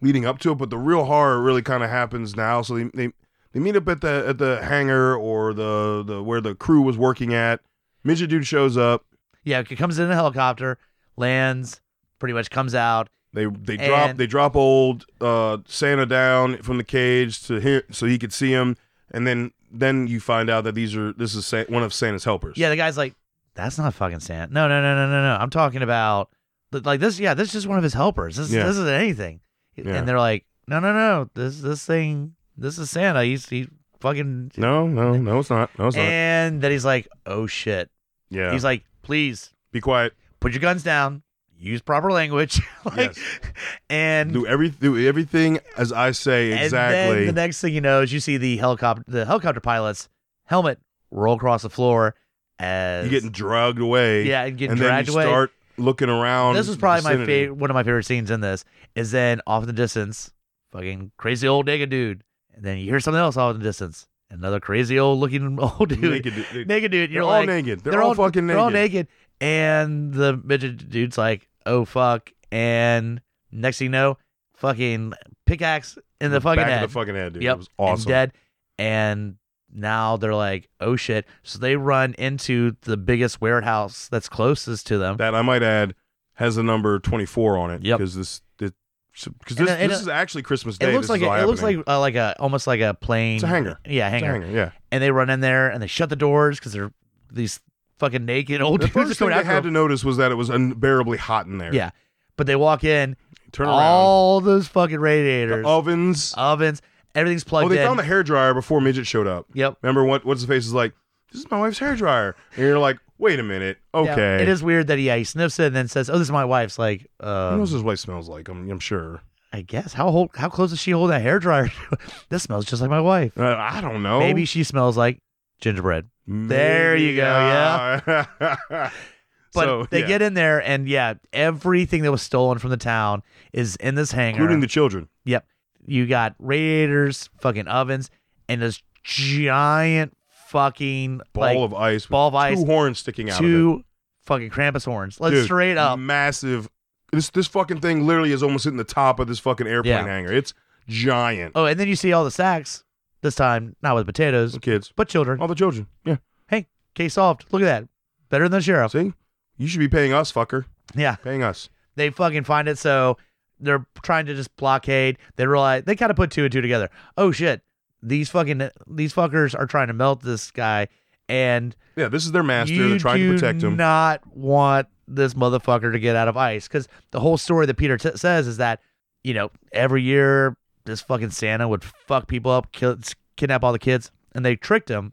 [SPEAKER 1] leading up to it, but the real horror really kind of happens now. So they, they they meet up at the at the hangar or the the where the crew was working at. Midget dude shows up.
[SPEAKER 2] Yeah, it comes in a helicopter, lands, pretty much comes out.
[SPEAKER 1] They they drop
[SPEAKER 2] And-
[SPEAKER 1] they drop old uh, Santa down from the cage to him so he could see him, and then then you find out that these are this is Sa- one of Santa's helpers.
[SPEAKER 2] Yeah, the guy's like, "That's not fucking Santa." No, no, no, no, no, no. I'm talking about like this. Yeah, this is just one of his helpers. This
[SPEAKER 1] Yeah.
[SPEAKER 2] this isn't anything.
[SPEAKER 1] Yeah.
[SPEAKER 2] And they're like, "No, no, no. This this thing. This is Santa. He's he fucking."
[SPEAKER 1] No, no, no, it's not. No, it's not.
[SPEAKER 2] And then he's like, "Oh shit."
[SPEAKER 1] Yeah.
[SPEAKER 2] He's like, "Please
[SPEAKER 1] Be quiet.
[SPEAKER 2] put your guns down. Use proper language." like, and
[SPEAKER 1] Do every do everything as I say
[SPEAKER 2] And
[SPEAKER 1] exactly.
[SPEAKER 2] then the next thing you know is you see the helicopter the helicopter pilot's helmet roll across the floor as
[SPEAKER 1] You're getting dragged away.
[SPEAKER 2] yeah and getting
[SPEAKER 1] and
[SPEAKER 2] dragged
[SPEAKER 1] then you
[SPEAKER 2] away.
[SPEAKER 1] start looking around.
[SPEAKER 2] this was probably my
[SPEAKER 1] vicinity.
[SPEAKER 2] favorite one of my favorite scenes in this is then off in the distance fucking crazy old naked dude and then you hear something else off in the distance another crazy old looking old dude
[SPEAKER 1] Naked,
[SPEAKER 2] naked,
[SPEAKER 1] dude. They-
[SPEAKER 2] dude
[SPEAKER 1] they're
[SPEAKER 2] you're
[SPEAKER 1] all
[SPEAKER 2] like
[SPEAKER 1] naked. They're, all, fucking naked.
[SPEAKER 2] they're all naked and the midget dude's like oh fuck and next thing you know fucking pickaxe in the, fucking
[SPEAKER 1] Back
[SPEAKER 2] head
[SPEAKER 1] of the fucking head, dude.
[SPEAKER 2] Yep.
[SPEAKER 1] It was awesome.
[SPEAKER 2] and dead. And now they're like, oh shit. So they run into the biggest warehouse that's closest to them.
[SPEAKER 1] That I might add has the number 24 on it.
[SPEAKER 2] Yep.
[SPEAKER 1] Because this because
[SPEAKER 2] And
[SPEAKER 1] this,
[SPEAKER 2] it- and
[SPEAKER 1] this
[SPEAKER 2] it-
[SPEAKER 1] is actually Christmas Day.
[SPEAKER 2] it looks
[SPEAKER 1] This
[SPEAKER 2] like
[SPEAKER 1] is all
[SPEAKER 2] a, it looks like
[SPEAKER 1] happening.
[SPEAKER 2] uh, like a almost like a plane.
[SPEAKER 1] It's a hangar.
[SPEAKER 2] Yeah,
[SPEAKER 1] It's a
[SPEAKER 2] hangar.
[SPEAKER 1] hanger, yeah.
[SPEAKER 2] And they run in there and they shut the doors because they're these fucking naked old
[SPEAKER 1] The
[SPEAKER 2] dudes are
[SPEAKER 1] first thing
[SPEAKER 2] coming
[SPEAKER 1] I
[SPEAKER 2] after
[SPEAKER 1] had
[SPEAKER 2] them.
[SPEAKER 1] to notice was that it was unbearably hot in there.
[SPEAKER 2] Yeah. But they walk in,
[SPEAKER 1] Turn around. Oh,
[SPEAKER 2] all those fucking
[SPEAKER 1] The
[SPEAKER 2] radiators,
[SPEAKER 1] ovens.
[SPEAKER 2] ovens, everything's plugged
[SPEAKER 1] Oh, they
[SPEAKER 2] in.
[SPEAKER 1] found the hair dryer before Midget showed up.
[SPEAKER 2] yep.
[SPEAKER 1] Remember what what's the face is like, this is my wife's hair dryer. And you're like, wait a minute.
[SPEAKER 2] Yeah.
[SPEAKER 1] Okay.
[SPEAKER 2] It is weird that he, yeah, he sniffs it and then says, "Oh, this is my wife's." Like,
[SPEAKER 1] Who
[SPEAKER 2] um,
[SPEAKER 1] knows what his wife smells like? I'm, I'm sure.
[SPEAKER 2] I guess how hold, how close does she hold that hair dryer? this smells just like my wife.
[SPEAKER 1] Uh, I don't know.
[SPEAKER 2] Maybe she smells like gingerbread. There you go,
[SPEAKER 1] Yeah.
[SPEAKER 2] But they get in there, and yeah, everything that was stolen from the town is in this hangar.
[SPEAKER 1] including the children.
[SPEAKER 2] you got radiators, fucking ovens, and this giant fucking
[SPEAKER 1] Ball
[SPEAKER 2] like,
[SPEAKER 1] of ice. With
[SPEAKER 2] ball of
[SPEAKER 1] two
[SPEAKER 2] ice,
[SPEAKER 1] horns sticking out. of it.
[SPEAKER 2] two fucking Krampus horns. Let's
[SPEAKER 1] Dude,
[SPEAKER 2] straight up.
[SPEAKER 1] Massive. This this fucking thing literally is almost hitting the top of this fucking airplane
[SPEAKER 2] Yeah.
[SPEAKER 1] hangar. It's giant.
[SPEAKER 2] Oh, and then you see all the sacks. This time, not with potatoes,
[SPEAKER 1] The kids.
[SPEAKER 2] but children.
[SPEAKER 1] All the children. Yeah.
[SPEAKER 2] Case solved. Look at that. Better than the sheriff.
[SPEAKER 1] See? You should be paying us, fucker.
[SPEAKER 2] Yeah.
[SPEAKER 1] Paying us.
[SPEAKER 2] they fucking find it. So they're trying to just blockade. They realize they kind of put two and two together. Oh shit, these fucking these fuckers are trying to melt this guy, and
[SPEAKER 1] Yeah, this is their master.
[SPEAKER 2] you
[SPEAKER 1] They're trying to
[SPEAKER 2] do
[SPEAKER 1] protect him.
[SPEAKER 2] Not want this motherfucker to get out of ice because the whole story that Peter t- says is that you know every year this fucking Santa would fuck people up, kill, kidnap all the kids, and they tricked him,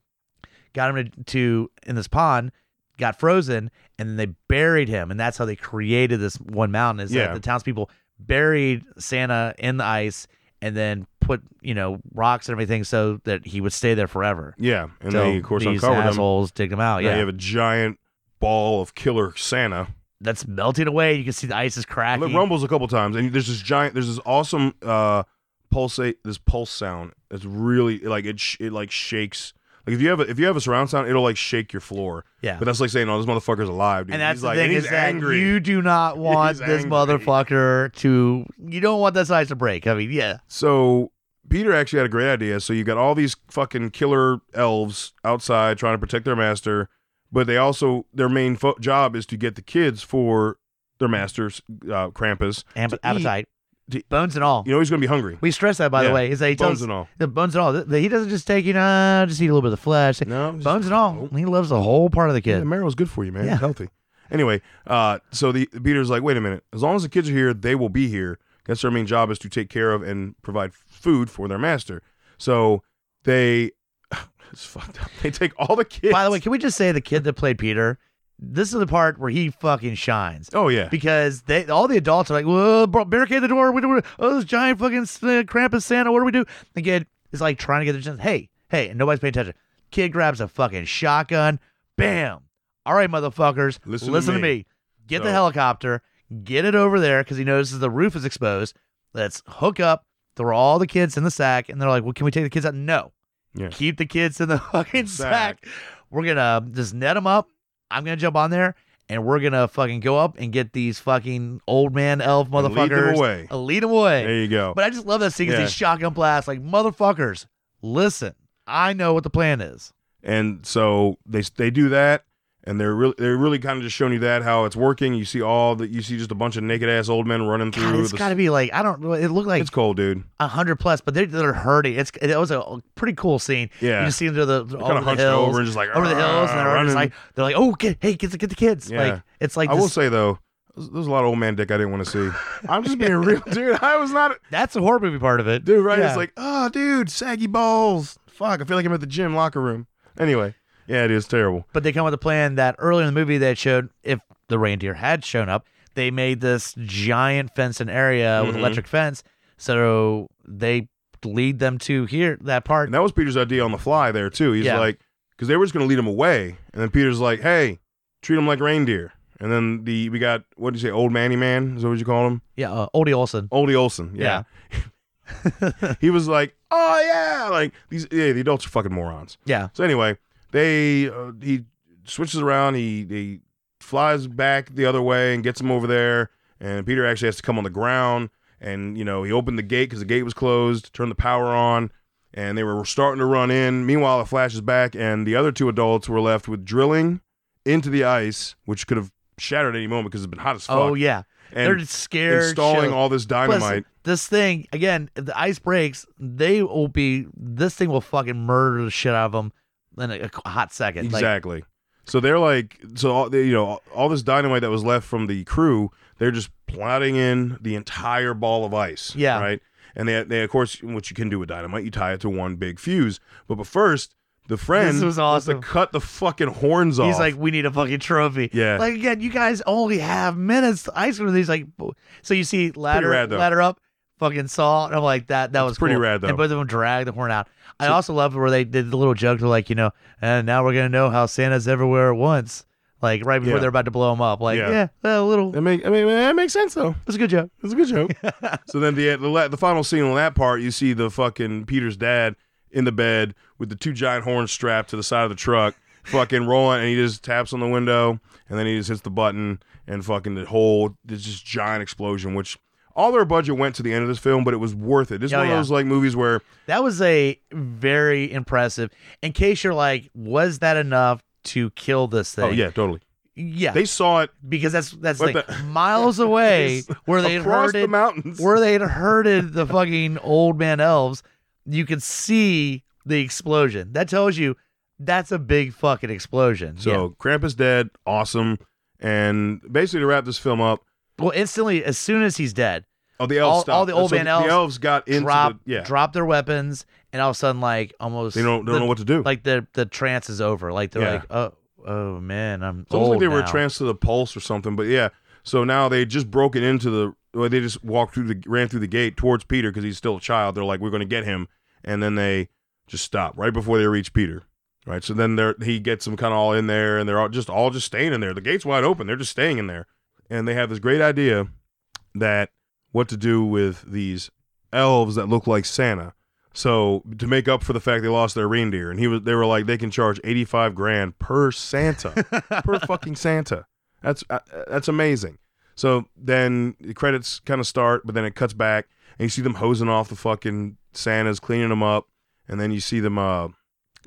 [SPEAKER 2] got him to, to in this pond, got frozen, and then they buried him, and that's how they created this one mountain. Is
[SPEAKER 1] Yeah.
[SPEAKER 2] that the townspeople buried Santa in the ice and then put you know rocks and everything so that he would stay there forever.
[SPEAKER 1] Yeah. And
[SPEAKER 2] so
[SPEAKER 1] they of course
[SPEAKER 2] these
[SPEAKER 1] uncovered him.
[SPEAKER 2] assholes dig him out.
[SPEAKER 1] Now
[SPEAKER 2] Yeah,
[SPEAKER 1] you have a giant ball of killer Santa.
[SPEAKER 2] that's melting away. You can see the ice is cracking.
[SPEAKER 1] It rumbles a couple times, and there's this giant, there's this awesome uh, pulsate, this pulse sound. It's really like it, sh- it like shakes. Like if you have a, if you have a surround sound, it'll like shake your floor.
[SPEAKER 2] Yeah.
[SPEAKER 1] But that's like saying, "Oh, this motherfucker's alive." Dude.
[SPEAKER 2] and that's
[SPEAKER 1] he's
[SPEAKER 2] the
[SPEAKER 1] like,
[SPEAKER 2] thing
[SPEAKER 1] and he's
[SPEAKER 2] is
[SPEAKER 1] angry.
[SPEAKER 2] that you do not want
[SPEAKER 1] He's
[SPEAKER 2] this
[SPEAKER 1] angry.
[SPEAKER 2] motherfucker to. You don't want this ice to break. I mean, yeah,
[SPEAKER 1] So Peter actually had a great idea. So you got all these fucking killer elves outside trying to protect their master, but they also their main fo- job is to get the kids for their master's uh, Krampus.
[SPEAKER 2] Am-
[SPEAKER 1] To eat-
[SPEAKER 2] appetite,
[SPEAKER 1] to-
[SPEAKER 2] bones and all.
[SPEAKER 1] You know he's gonna be hungry.
[SPEAKER 2] we stress that by
[SPEAKER 1] Yeah.
[SPEAKER 2] the way. Is that he
[SPEAKER 1] Bones
[SPEAKER 2] tells
[SPEAKER 1] and all.
[SPEAKER 2] the bones and all. Th- He doesn't just take you know just eat a little bit of the flesh.
[SPEAKER 1] No, just-
[SPEAKER 2] Bones and all. He loves the whole part of the
[SPEAKER 1] Yeah,
[SPEAKER 2] kid.
[SPEAKER 1] Marrow's good for you, man.
[SPEAKER 2] Yeah.
[SPEAKER 1] Healthy. Anyway, uh, so the the Peter's like, wait a minute. As long as the kids are here, they will be here. That's their main job is to take care of and provide food for their master. So they, it's fucked up. They take all the kids.
[SPEAKER 2] By the way, can we just say the kid that played Peter? This is the part where he fucking shines.
[SPEAKER 1] oh yeah,
[SPEAKER 2] because they all the adults are like, "Well, bro, barricade the door. We do oh this giant fucking s- uh, Krampus Santa. What do we do?" The kid is like trying to get attention. Hey, hey, and nobody's paying attention. Kid grabs a fucking shotgun. Bam! All right, motherfuckers,
[SPEAKER 1] Listen to
[SPEAKER 2] to,
[SPEAKER 1] me.
[SPEAKER 2] me. Get the
[SPEAKER 1] So-
[SPEAKER 2] helicopter. Get it over there because he notices the roof is exposed. Let's hook up. Throw all the kids in the sack, and they're like, "Well, can we take the kids out?" No.
[SPEAKER 1] Yeah.
[SPEAKER 2] Keep the kids in the fucking
[SPEAKER 1] Sack.
[SPEAKER 2] um, sack. We're gonna just net them up. I'm gonna jump on there, and we're gonna fucking go up and get these fucking old man elf
[SPEAKER 1] And
[SPEAKER 2] motherfuckers.
[SPEAKER 1] lead them away.
[SPEAKER 2] Uh, lead 'em away.
[SPEAKER 1] There you go.
[SPEAKER 2] But I just love that scene 'cause
[SPEAKER 1] Yeah.
[SPEAKER 2] these shotgun blasts, like motherfuckers. Listen, I know what the plan is.
[SPEAKER 1] And so they they do that, and they're really they're really kind of just showing you that how it's working. You see all that you see just a bunch of naked ass old men running through.
[SPEAKER 2] God, it's
[SPEAKER 1] the-
[SPEAKER 2] got to be like I don't. know. It looked like
[SPEAKER 1] it's cold, dude.
[SPEAKER 2] a hundred plus, but they're, they're hurting. It's it was a pretty cool scene. You
[SPEAKER 1] Yeah,
[SPEAKER 2] just see them through the through
[SPEAKER 1] kind
[SPEAKER 2] over
[SPEAKER 1] of
[SPEAKER 2] the
[SPEAKER 1] hunched
[SPEAKER 2] hills,
[SPEAKER 1] over and just like
[SPEAKER 2] over the hills, and they're
[SPEAKER 1] "Argh," running.
[SPEAKER 2] just like they're like, oh, get, hey, get the get the kids.
[SPEAKER 1] Yeah.
[SPEAKER 2] Like it's like
[SPEAKER 1] I will
[SPEAKER 2] this-
[SPEAKER 1] say though, there's a lot of old man dick I didn't want to see. I'm just being real, dude. I was not,
[SPEAKER 2] that's the horror movie part of it,
[SPEAKER 1] dude. Right?
[SPEAKER 2] Yeah.
[SPEAKER 1] It's like, oh, dude, saggy balls. Fuck, I feel like I'm at the gym locker room. Anyway, yeah, it is terrible.
[SPEAKER 2] But they come with a plan that earlier in the movie they had showed if the reindeer had shown up, they made this giant fenced-in area with
[SPEAKER 1] Mhm.
[SPEAKER 2] electric fence. So they lead them to here that part.
[SPEAKER 1] And that was Peter's idea on the fly there too. He's
[SPEAKER 2] Yeah.
[SPEAKER 1] like, because they were just gonna lead him away, and then Peter's like, hey, treat him like reindeer. And then the we got what did you say, old manny man? Is that what you call him?
[SPEAKER 2] Yeah, uh, Odie Olson.
[SPEAKER 1] Oldie Olson. Yeah. he was like, oh yeah, like these yeah, the adults are fucking morons.
[SPEAKER 2] Yeah,
[SPEAKER 1] So anyway, they uh, he switches around. He he flies back the other way and gets him over there. And Peter actually has to come on the ground. And you know he opened the gate because the gate was closed. Turned the power on, and they were starting to run in. Meanwhile, it flashes back, and the other two adults were left with drilling into the ice, which could have shattered any moment because it's been hot as fuck.
[SPEAKER 2] Oh yeah, they're
[SPEAKER 1] and
[SPEAKER 2] just scared.
[SPEAKER 1] installing
[SPEAKER 2] shitless.
[SPEAKER 1] all this
[SPEAKER 2] Plus,
[SPEAKER 1] dynamite.
[SPEAKER 2] this thing again. If the ice breaks, they will be. This thing will fucking murder the shit out of them in a, a hot second. Like,
[SPEAKER 1] Exactly. so they're like, so all, they, you know, all this dynamite that was left from the crew, they're just plotting in the entire ball of ice.
[SPEAKER 2] Yeah.
[SPEAKER 1] Right. And they, they of course, what you can do with dynamite, you tie it to one big fuse. But, but first, the friend
[SPEAKER 2] This was
[SPEAKER 1] wants
[SPEAKER 2] awesome.
[SPEAKER 1] to cut the fucking horns off.
[SPEAKER 2] He's like, we need a fucking trophy.
[SPEAKER 1] Yeah.
[SPEAKER 2] Like again, you guys only have minutes. to Ice cream. He's like, bo- so you see ladder
[SPEAKER 1] rad, though.
[SPEAKER 2] ladder up, fucking saw. And I'm like, that that
[SPEAKER 1] It's
[SPEAKER 2] was
[SPEAKER 1] pretty
[SPEAKER 2] cool.
[SPEAKER 1] rad, though.
[SPEAKER 2] And both of them drag the horn out. I
[SPEAKER 1] So-
[SPEAKER 2] also love where they did the little joke to like, you know, and now we're gonna know how Santa's everywhere at once. Like right before
[SPEAKER 1] Yeah.
[SPEAKER 2] they're about to blow him up. Like
[SPEAKER 1] Yeah.
[SPEAKER 2] yeah, well, a little.
[SPEAKER 1] that make, I mean, that makes sense though.
[SPEAKER 2] That's a good joke.
[SPEAKER 1] That's a good joke. so then the, the la- the final scene on that part, you see the fucking Peter's dad in the bed with the two giant horns strapped to the side of the truck, fucking rolling, and he just taps on the window, and then he just hits the button, and fucking the whole there's just giant explosion, which. All their budget went to the end of this film, but it was worth it. This is
[SPEAKER 2] Oh,
[SPEAKER 1] one
[SPEAKER 2] yeah.
[SPEAKER 1] of those like movies where
[SPEAKER 2] That was a very impressive. In case you're like, was that enough to kill this thing?
[SPEAKER 1] oh yeah, totally.
[SPEAKER 2] yeah.
[SPEAKER 1] They saw it
[SPEAKER 2] because that's that's
[SPEAKER 1] What
[SPEAKER 2] like miles away where they had
[SPEAKER 1] across the
[SPEAKER 2] herded
[SPEAKER 1] mountains.
[SPEAKER 2] where they had herded the fucking old man elves. You could see the explosion. That tells you that's a big fucking explosion.
[SPEAKER 1] So Krampus dead, awesome, and basically to wrap this film up,
[SPEAKER 2] yeah. well, instantly as soon as he's dead,
[SPEAKER 1] oh the elves
[SPEAKER 2] All- all
[SPEAKER 1] stopped.
[SPEAKER 2] the old
[SPEAKER 1] So
[SPEAKER 2] man
[SPEAKER 1] the
[SPEAKER 2] elves
[SPEAKER 1] elves got into
[SPEAKER 2] drop
[SPEAKER 1] the, yeah.
[SPEAKER 2] drop their weapons, and all of a sudden, like almost
[SPEAKER 1] They don't, they
[SPEAKER 2] the-
[SPEAKER 1] don't know what to do.
[SPEAKER 2] like the the trance is over. Like they're
[SPEAKER 1] Yeah.
[SPEAKER 2] like, oh oh man, I'm
[SPEAKER 1] It's almost
[SPEAKER 2] old
[SPEAKER 1] like they were
[SPEAKER 2] now.
[SPEAKER 1] trans to the pulse or something, but yeah. So now they just broken into the. Well, they just walked through the ran through the gate towards Peter because he's still a child. They're like, we're going to get him, and then they just stop right before they reach Peter. Right. So then they're he gets them kind of all in there, and they're all just all just staying in there. The gate's wide open. They're just staying in there, and they have this great idea that what to do with these elves that look like Santa. So to make up for the fact they lost their reindeer, and he was, they were like, they can charge eighty five grand per Santa per fucking Santa. That's uh, that's amazing. So then the credits kind of start, but then it cuts back, and you see them hosing off the fucking Santas, cleaning them up, and then you see them uh,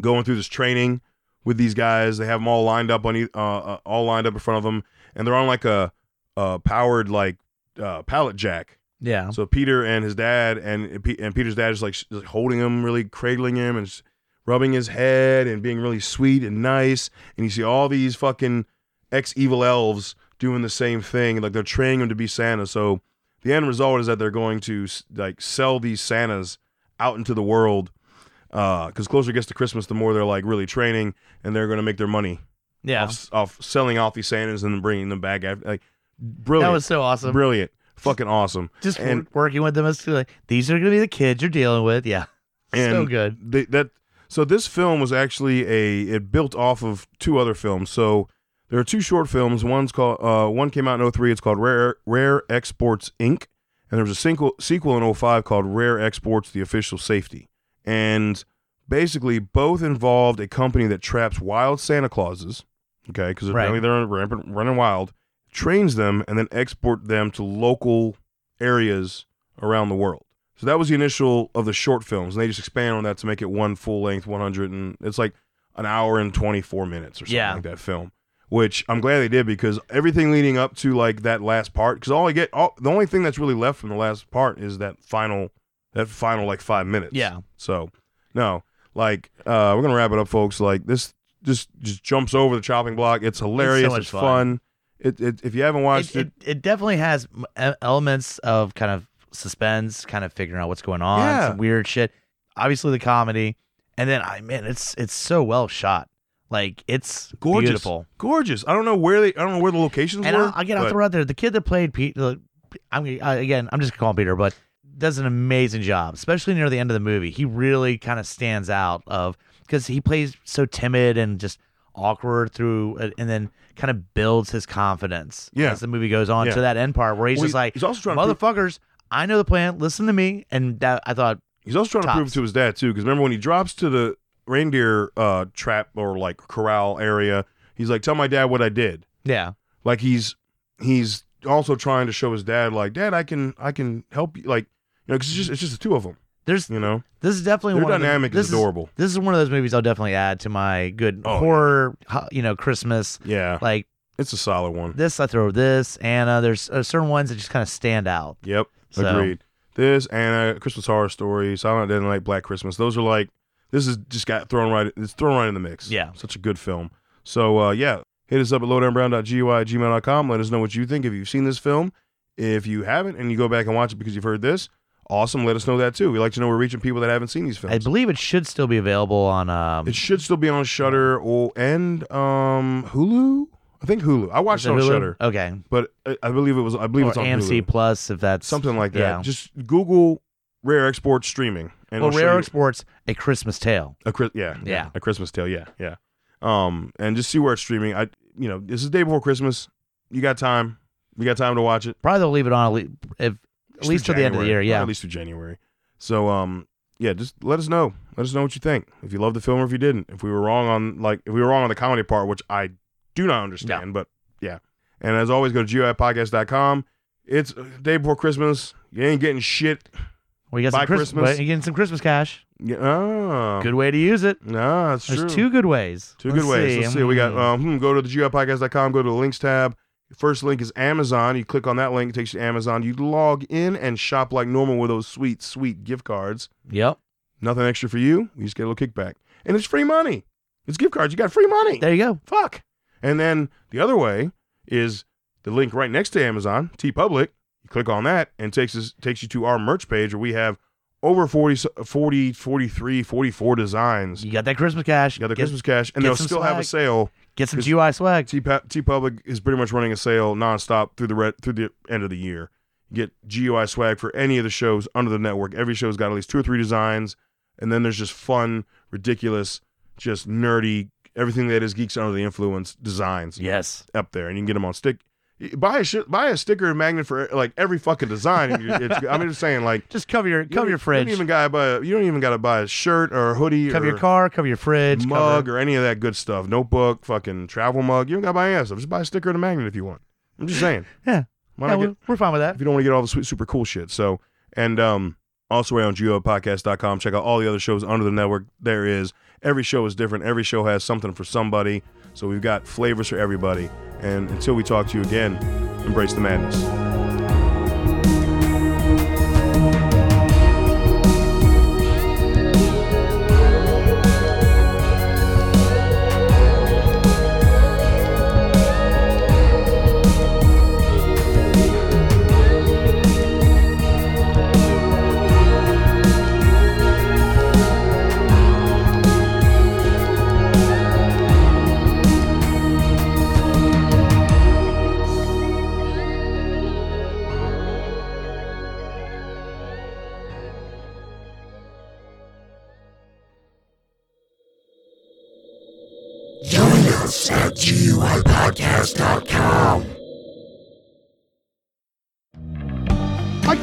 [SPEAKER 1] going through this training with these guys. They have them all lined up on e- uh, uh, all lined up in front of them, and they're on like a, a powered like uh, pallet jack,
[SPEAKER 2] yeah.
[SPEAKER 1] so Peter and his dad and Pe- and Peter's dad is like, sh- like holding him, really cradling him, and s- rubbing his head and being really sweet and nice. And you see all these fucking ex evil elves doing the same thing, like they're training him to be Santa. So the end result is that they're going to s- like sell these Santas out into the world. Because closer it gets to Christmas, the more they're like really training, and they're going to make their money
[SPEAKER 2] Yeah.
[SPEAKER 1] off, off selling off these Santas and then bringing them back. After, like brilliant,
[SPEAKER 2] That was so awesome.
[SPEAKER 1] brilliant, fucking awesome.
[SPEAKER 2] just wor-
[SPEAKER 1] And-
[SPEAKER 2] working with them as to like these are gonna be the kids you're dealing with. Yeah, so
[SPEAKER 1] And-
[SPEAKER 2] good.
[SPEAKER 1] they, that so this film was actually a it built off of two other films. So there are two short films. One's called uh, one came out in 03. It's called Rare Rare Exports Inc. And there was a sequel sequel in 05 called Rare Exports: The Official Safety. And basically, both involved a company that traps wild Santa Clauses, okay, because
[SPEAKER 2] Right.
[SPEAKER 1] apparently they're rampant, running wild, trains them, and then export them to local areas around the world. So that was the initial of the short films, and they just expand on that to make it one full length, 100, and it's like an hour and 24 minutes or something
[SPEAKER 2] Yeah.
[SPEAKER 1] like that film. Which I'm glad they did because everything leading up to like that last part, because all I get, all, the only thing that's really left from the last part is that final, that final like five minutes.
[SPEAKER 2] Yeah.
[SPEAKER 1] So, no, like uh, we're gonna wrap it up, folks. Like this just just jumps over the chopping block. It's hilarious. It's, fun.
[SPEAKER 2] much fun.
[SPEAKER 1] It, it if you haven't watched
[SPEAKER 2] It,
[SPEAKER 1] it,
[SPEAKER 2] it, it definitely has m- e- elements of kind of suspense, kind of figuring out what's going on,
[SPEAKER 1] Yeah.
[SPEAKER 2] some weird shit. Obviously the comedy, and then I man, it's it's so well shot. Like it's
[SPEAKER 1] gorgeous,
[SPEAKER 2] beautiful.
[SPEAKER 1] gorgeous. I don't know where they, I don't know where the locations
[SPEAKER 2] And
[SPEAKER 1] were.
[SPEAKER 2] I'll, I'll get
[SPEAKER 1] but
[SPEAKER 2] out the out there. The kid that played Peter, I'm gonna- uh, again, I'm just gonna call him Peter, but does an amazing job, especially near the end of the movie. He really kind of stands out of because he plays so timid and just awkward through, uh, and then kind of builds his confidence
[SPEAKER 1] Yeah.
[SPEAKER 2] as the movie goes on
[SPEAKER 1] Yeah.
[SPEAKER 2] to that end part where he's
[SPEAKER 1] Well,
[SPEAKER 2] just
[SPEAKER 1] he-
[SPEAKER 2] like,
[SPEAKER 1] he's also trying to prove,
[SPEAKER 2] motherfuckers, I know the plan. Listen to me, and that I thought,
[SPEAKER 1] he's also trying to prove
[SPEAKER 2] tops.
[SPEAKER 1] to his dad too. Because remember when he drops to the reindeer uh, trap or like corral area, he's like, "Tell my dad what I did."
[SPEAKER 2] yeah,
[SPEAKER 1] like he's he's also trying to show his dad like dad i can i can help you like you know 'cause it's just it's just the two of them
[SPEAKER 2] there's
[SPEAKER 1] you know
[SPEAKER 2] this is definitely
[SPEAKER 1] their
[SPEAKER 2] one of the-
[SPEAKER 1] dynamic
[SPEAKER 2] this
[SPEAKER 1] is adorable
[SPEAKER 2] This is one of those movies I'll definitely add to my good
[SPEAKER 1] Oh, yeah.
[SPEAKER 2] horror, ho- you know, Christmas
[SPEAKER 1] yeah
[SPEAKER 2] like
[SPEAKER 1] it's a solid one
[SPEAKER 2] this I throw this Anna. There's uh, certain ones that just kind of stand out.
[SPEAKER 1] yep
[SPEAKER 2] So,
[SPEAKER 1] agreed this anna christmas horror story silent Night, like black christmas those are like this is just got thrown right it's thrown right in the mix
[SPEAKER 2] Yeah.
[SPEAKER 1] such a good film so uh yeah hit us up at lowdownbrown.gui@gmail.com let us know what you think if you've seen this film if you haven't and you go back and watch it because you've heard this awesome let us know that too we like to know we're reaching people that haven't seen these films
[SPEAKER 2] I believe it should still be available on. Um,
[SPEAKER 1] It should still be on Shutter or and um Hulu. I think Hulu. I watched
[SPEAKER 2] is
[SPEAKER 1] it on
[SPEAKER 2] Hulu?
[SPEAKER 1] Shutter,
[SPEAKER 2] Okay.
[SPEAKER 1] but I, I believe it was. I believe
[SPEAKER 2] Or
[SPEAKER 1] it's on
[SPEAKER 2] AMC
[SPEAKER 1] Hulu.
[SPEAKER 2] Plus, if that's
[SPEAKER 1] Something like that.
[SPEAKER 2] yeah.
[SPEAKER 1] Just Google Rare Export streaming. And
[SPEAKER 2] well,
[SPEAKER 1] it'll show
[SPEAKER 2] Rare
[SPEAKER 1] you
[SPEAKER 2] Exports, A Christmas Tale.
[SPEAKER 1] a Chris, yeah, yeah,
[SPEAKER 2] Yeah.
[SPEAKER 1] a Christmas Tale, yeah, yeah. Um, and just see where it's streaming. I, you know, this is day before Christmas. You got time. We got time to watch it.
[SPEAKER 2] Probably they'll leave it on at least, if, at
[SPEAKER 1] Just
[SPEAKER 2] least
[SPEAKER 1] through
[SPEAKER 2] till the end of the year.
[SPEAKER 1] January.
[SPEAKER 2] Yeah.
[SPEAKER 1] at least through January. So um, yeah, just let us know. Let us know what you think. If you loved the film or if you didn't. If we were wrong on like if we were wrong on the comedy part, which I do not understand, but yeah. And as always, go to goipodcast.com. It's uh, day before Christmas. You ain't getting shit.
[SPEAKER 2] we got
[SPEAKER 1] by
[SPEAKER 2] some
[SPEAKER 1] Christmas.
[SPEAKER 2] Christmas. You getting some Christmas cash?
[SPEAKER 1] Yeah, ah,
[SPEAKER 2] Good way to use it.
[SPEAKER 1] Nah, it's
[SPEAKER 2] There's
[SPEAKER 1] true.
[SPEAKER 2] two good ways.
[SPEAKER 1] Two
[SPEAKER 2] Let's
[SPEAKER 1] good ways.
[SPEAKER 2] see.
[SPEAKER 1] Let's see. We got
[SPEAKER 2] Mm.
[SPEAKER 1] um, hmm, go to the GIPodcast.com, go to the links tab. First link is Amazon. You click on that link, it takes you to Amazon. You log in and shop like normal with those sweet, sweet gift cards.
[SPEAKER 2] yep.
[SPEAKER 1] Nothing extra for you. You just get a little kickback. And it's free money. It's gift cards. You got free money.
[SPEAKER 2] There you go.
[SPEAKER 1] Fuck. And then the other way is the link right next to Amazon, T Public. You click on that and it takes us takes you to our merch page where we have over 40, s- 40 43, 44 designs.
[SPEAKER 2] You got that Christmas cash.
[SPEAKER 1] You got the
[SPEAKER 2] get,
[SPEAKER 1] Christmas cash, and
[SPEAKER 2] get
[SPEAKER 1] they'll
[SPEAKER 2] some
[SPEAKER 1] still have a
[SPEAKER 2] swag.
[SPEAKER 1] sale
[SPEAKER 2] Get some GY swag.
[SPEAKER 1] T T Public is pretty much running a sale nonstop through the red through the end of the year. You get GUI swag for any of the shows under the network. Every show's got at least two or three designs, and then there's just fun, ridiculous, just nerdy everything that is geeks under the influence designs
[SPEAKER 2] Yes.
[SPEAKER 1] up there, and you can get them on stick. Buy a sh- buy a sticker and magnet for like every fucking design. and you- it's- I'm just saying, like,
[SPEAKER 2] Just cover your
[SPEAKER 1] you
[SPEAKER 2] cover
[SPEAKER 1] don't-
[SPEAKER 2] your
[SPEAKER 1] You
[SPEAKER 2] fridge.
[SPEAKER 1] don't even gotta buy. A, you don't even gotta buy a shirt or a hoodie.
[SPEAKER 2] Cover
[SPEAKER 1] or,
[SPEAKER 2] your car. Cover your fridge. cover-
[SPEAKER 1] mug or any of that good stuff. Notebook, fucking travel mug. You don't got to buy any of that stuff. Just buy a sticker and a magnet if you want. I'm just saying.
[SPEAKER 2] Yeah.
[SPEAKER 1] Why
[SPEAKER 2] Yeah,
[SPEAKER 1] not
[SPEAKER 2] we're,
[SPEAKER 1] get,
[SPEAKER 2] we're fine with that.
[SPEAKER 1] if you don't want to get all the sweet, super cool shit. So, and um, also we're on geopodcast.com. Check out all the other shows under the network. There is. Every show is different. Every show has something for somebody. So we've got flavors for everybody. And until we talk to you again, embrace the madness.
[SPEAKER 3] Join us at GUIPodcast.com. Mike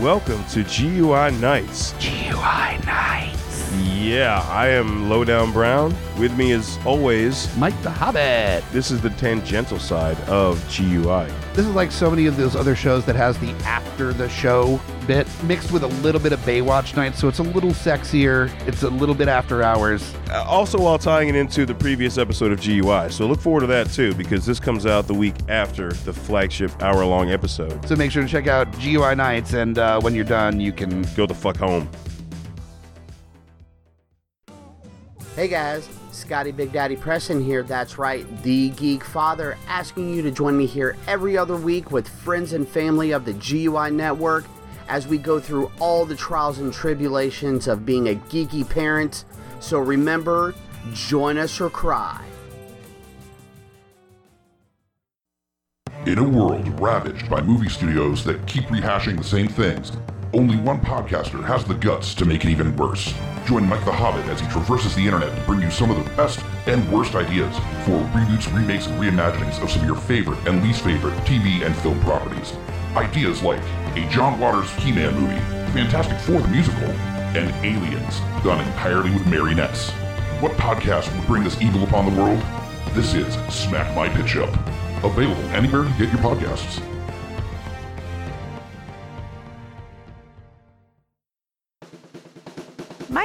[SPEAKER 1] Welcome to GUI Nights.
[SPEAKER 3] GUI Nights.
[SPEAKER 1] Yeah, I am Lowdown Brown. With me, as always,
[SPEAKER 3] Mike the Hobbit.
[SPEAKER 1] this is the tangential side of GUI.
[SPEAKER 3] This is like so many of those other shows that has the after the show bit mixed with a little bit of Baywatch night, so it's a little sexier. It's a little bit after hours.
[SPEAKER 1] Uh, Also, while tying it into the previous episode of GUI, so look forward to that too, because this comes out the week after the flagship hour-long episode.
[SPEAKER 3] So make sure to check out GUI Nights, and uh, when you're done, you can.
[SPEAKER 1] Go the fuck home.
[SPEAKER 4] Hey guys, Scotty Big Daddy Preston here. That's right, the Geek Father, asking you to join me here every other week with friends and family of the GUI Network as we go through all the trials and tribulations of being a geeky parent. So remember, join us or cry.
[SPEAKER 5] In a world ravaged by movie studios that keep rehashing the same things, only one podcaster has the guts to make it even worse. Join Mike the Hobbit as he traverses the internet to bring you some of the best and worst ideas for reboots, remakes, and reimaginings of some of your favorite and least favorite TV and film properties. Ideas like a John Waters He Man movie, Fantastic Four the musical, and Aliens, done entirely with marionettes. What podcast would bring this evil upon the world? This is Smack My Pitch Up. Available anywhere you get your podcasts.
[SPEAKER 6] My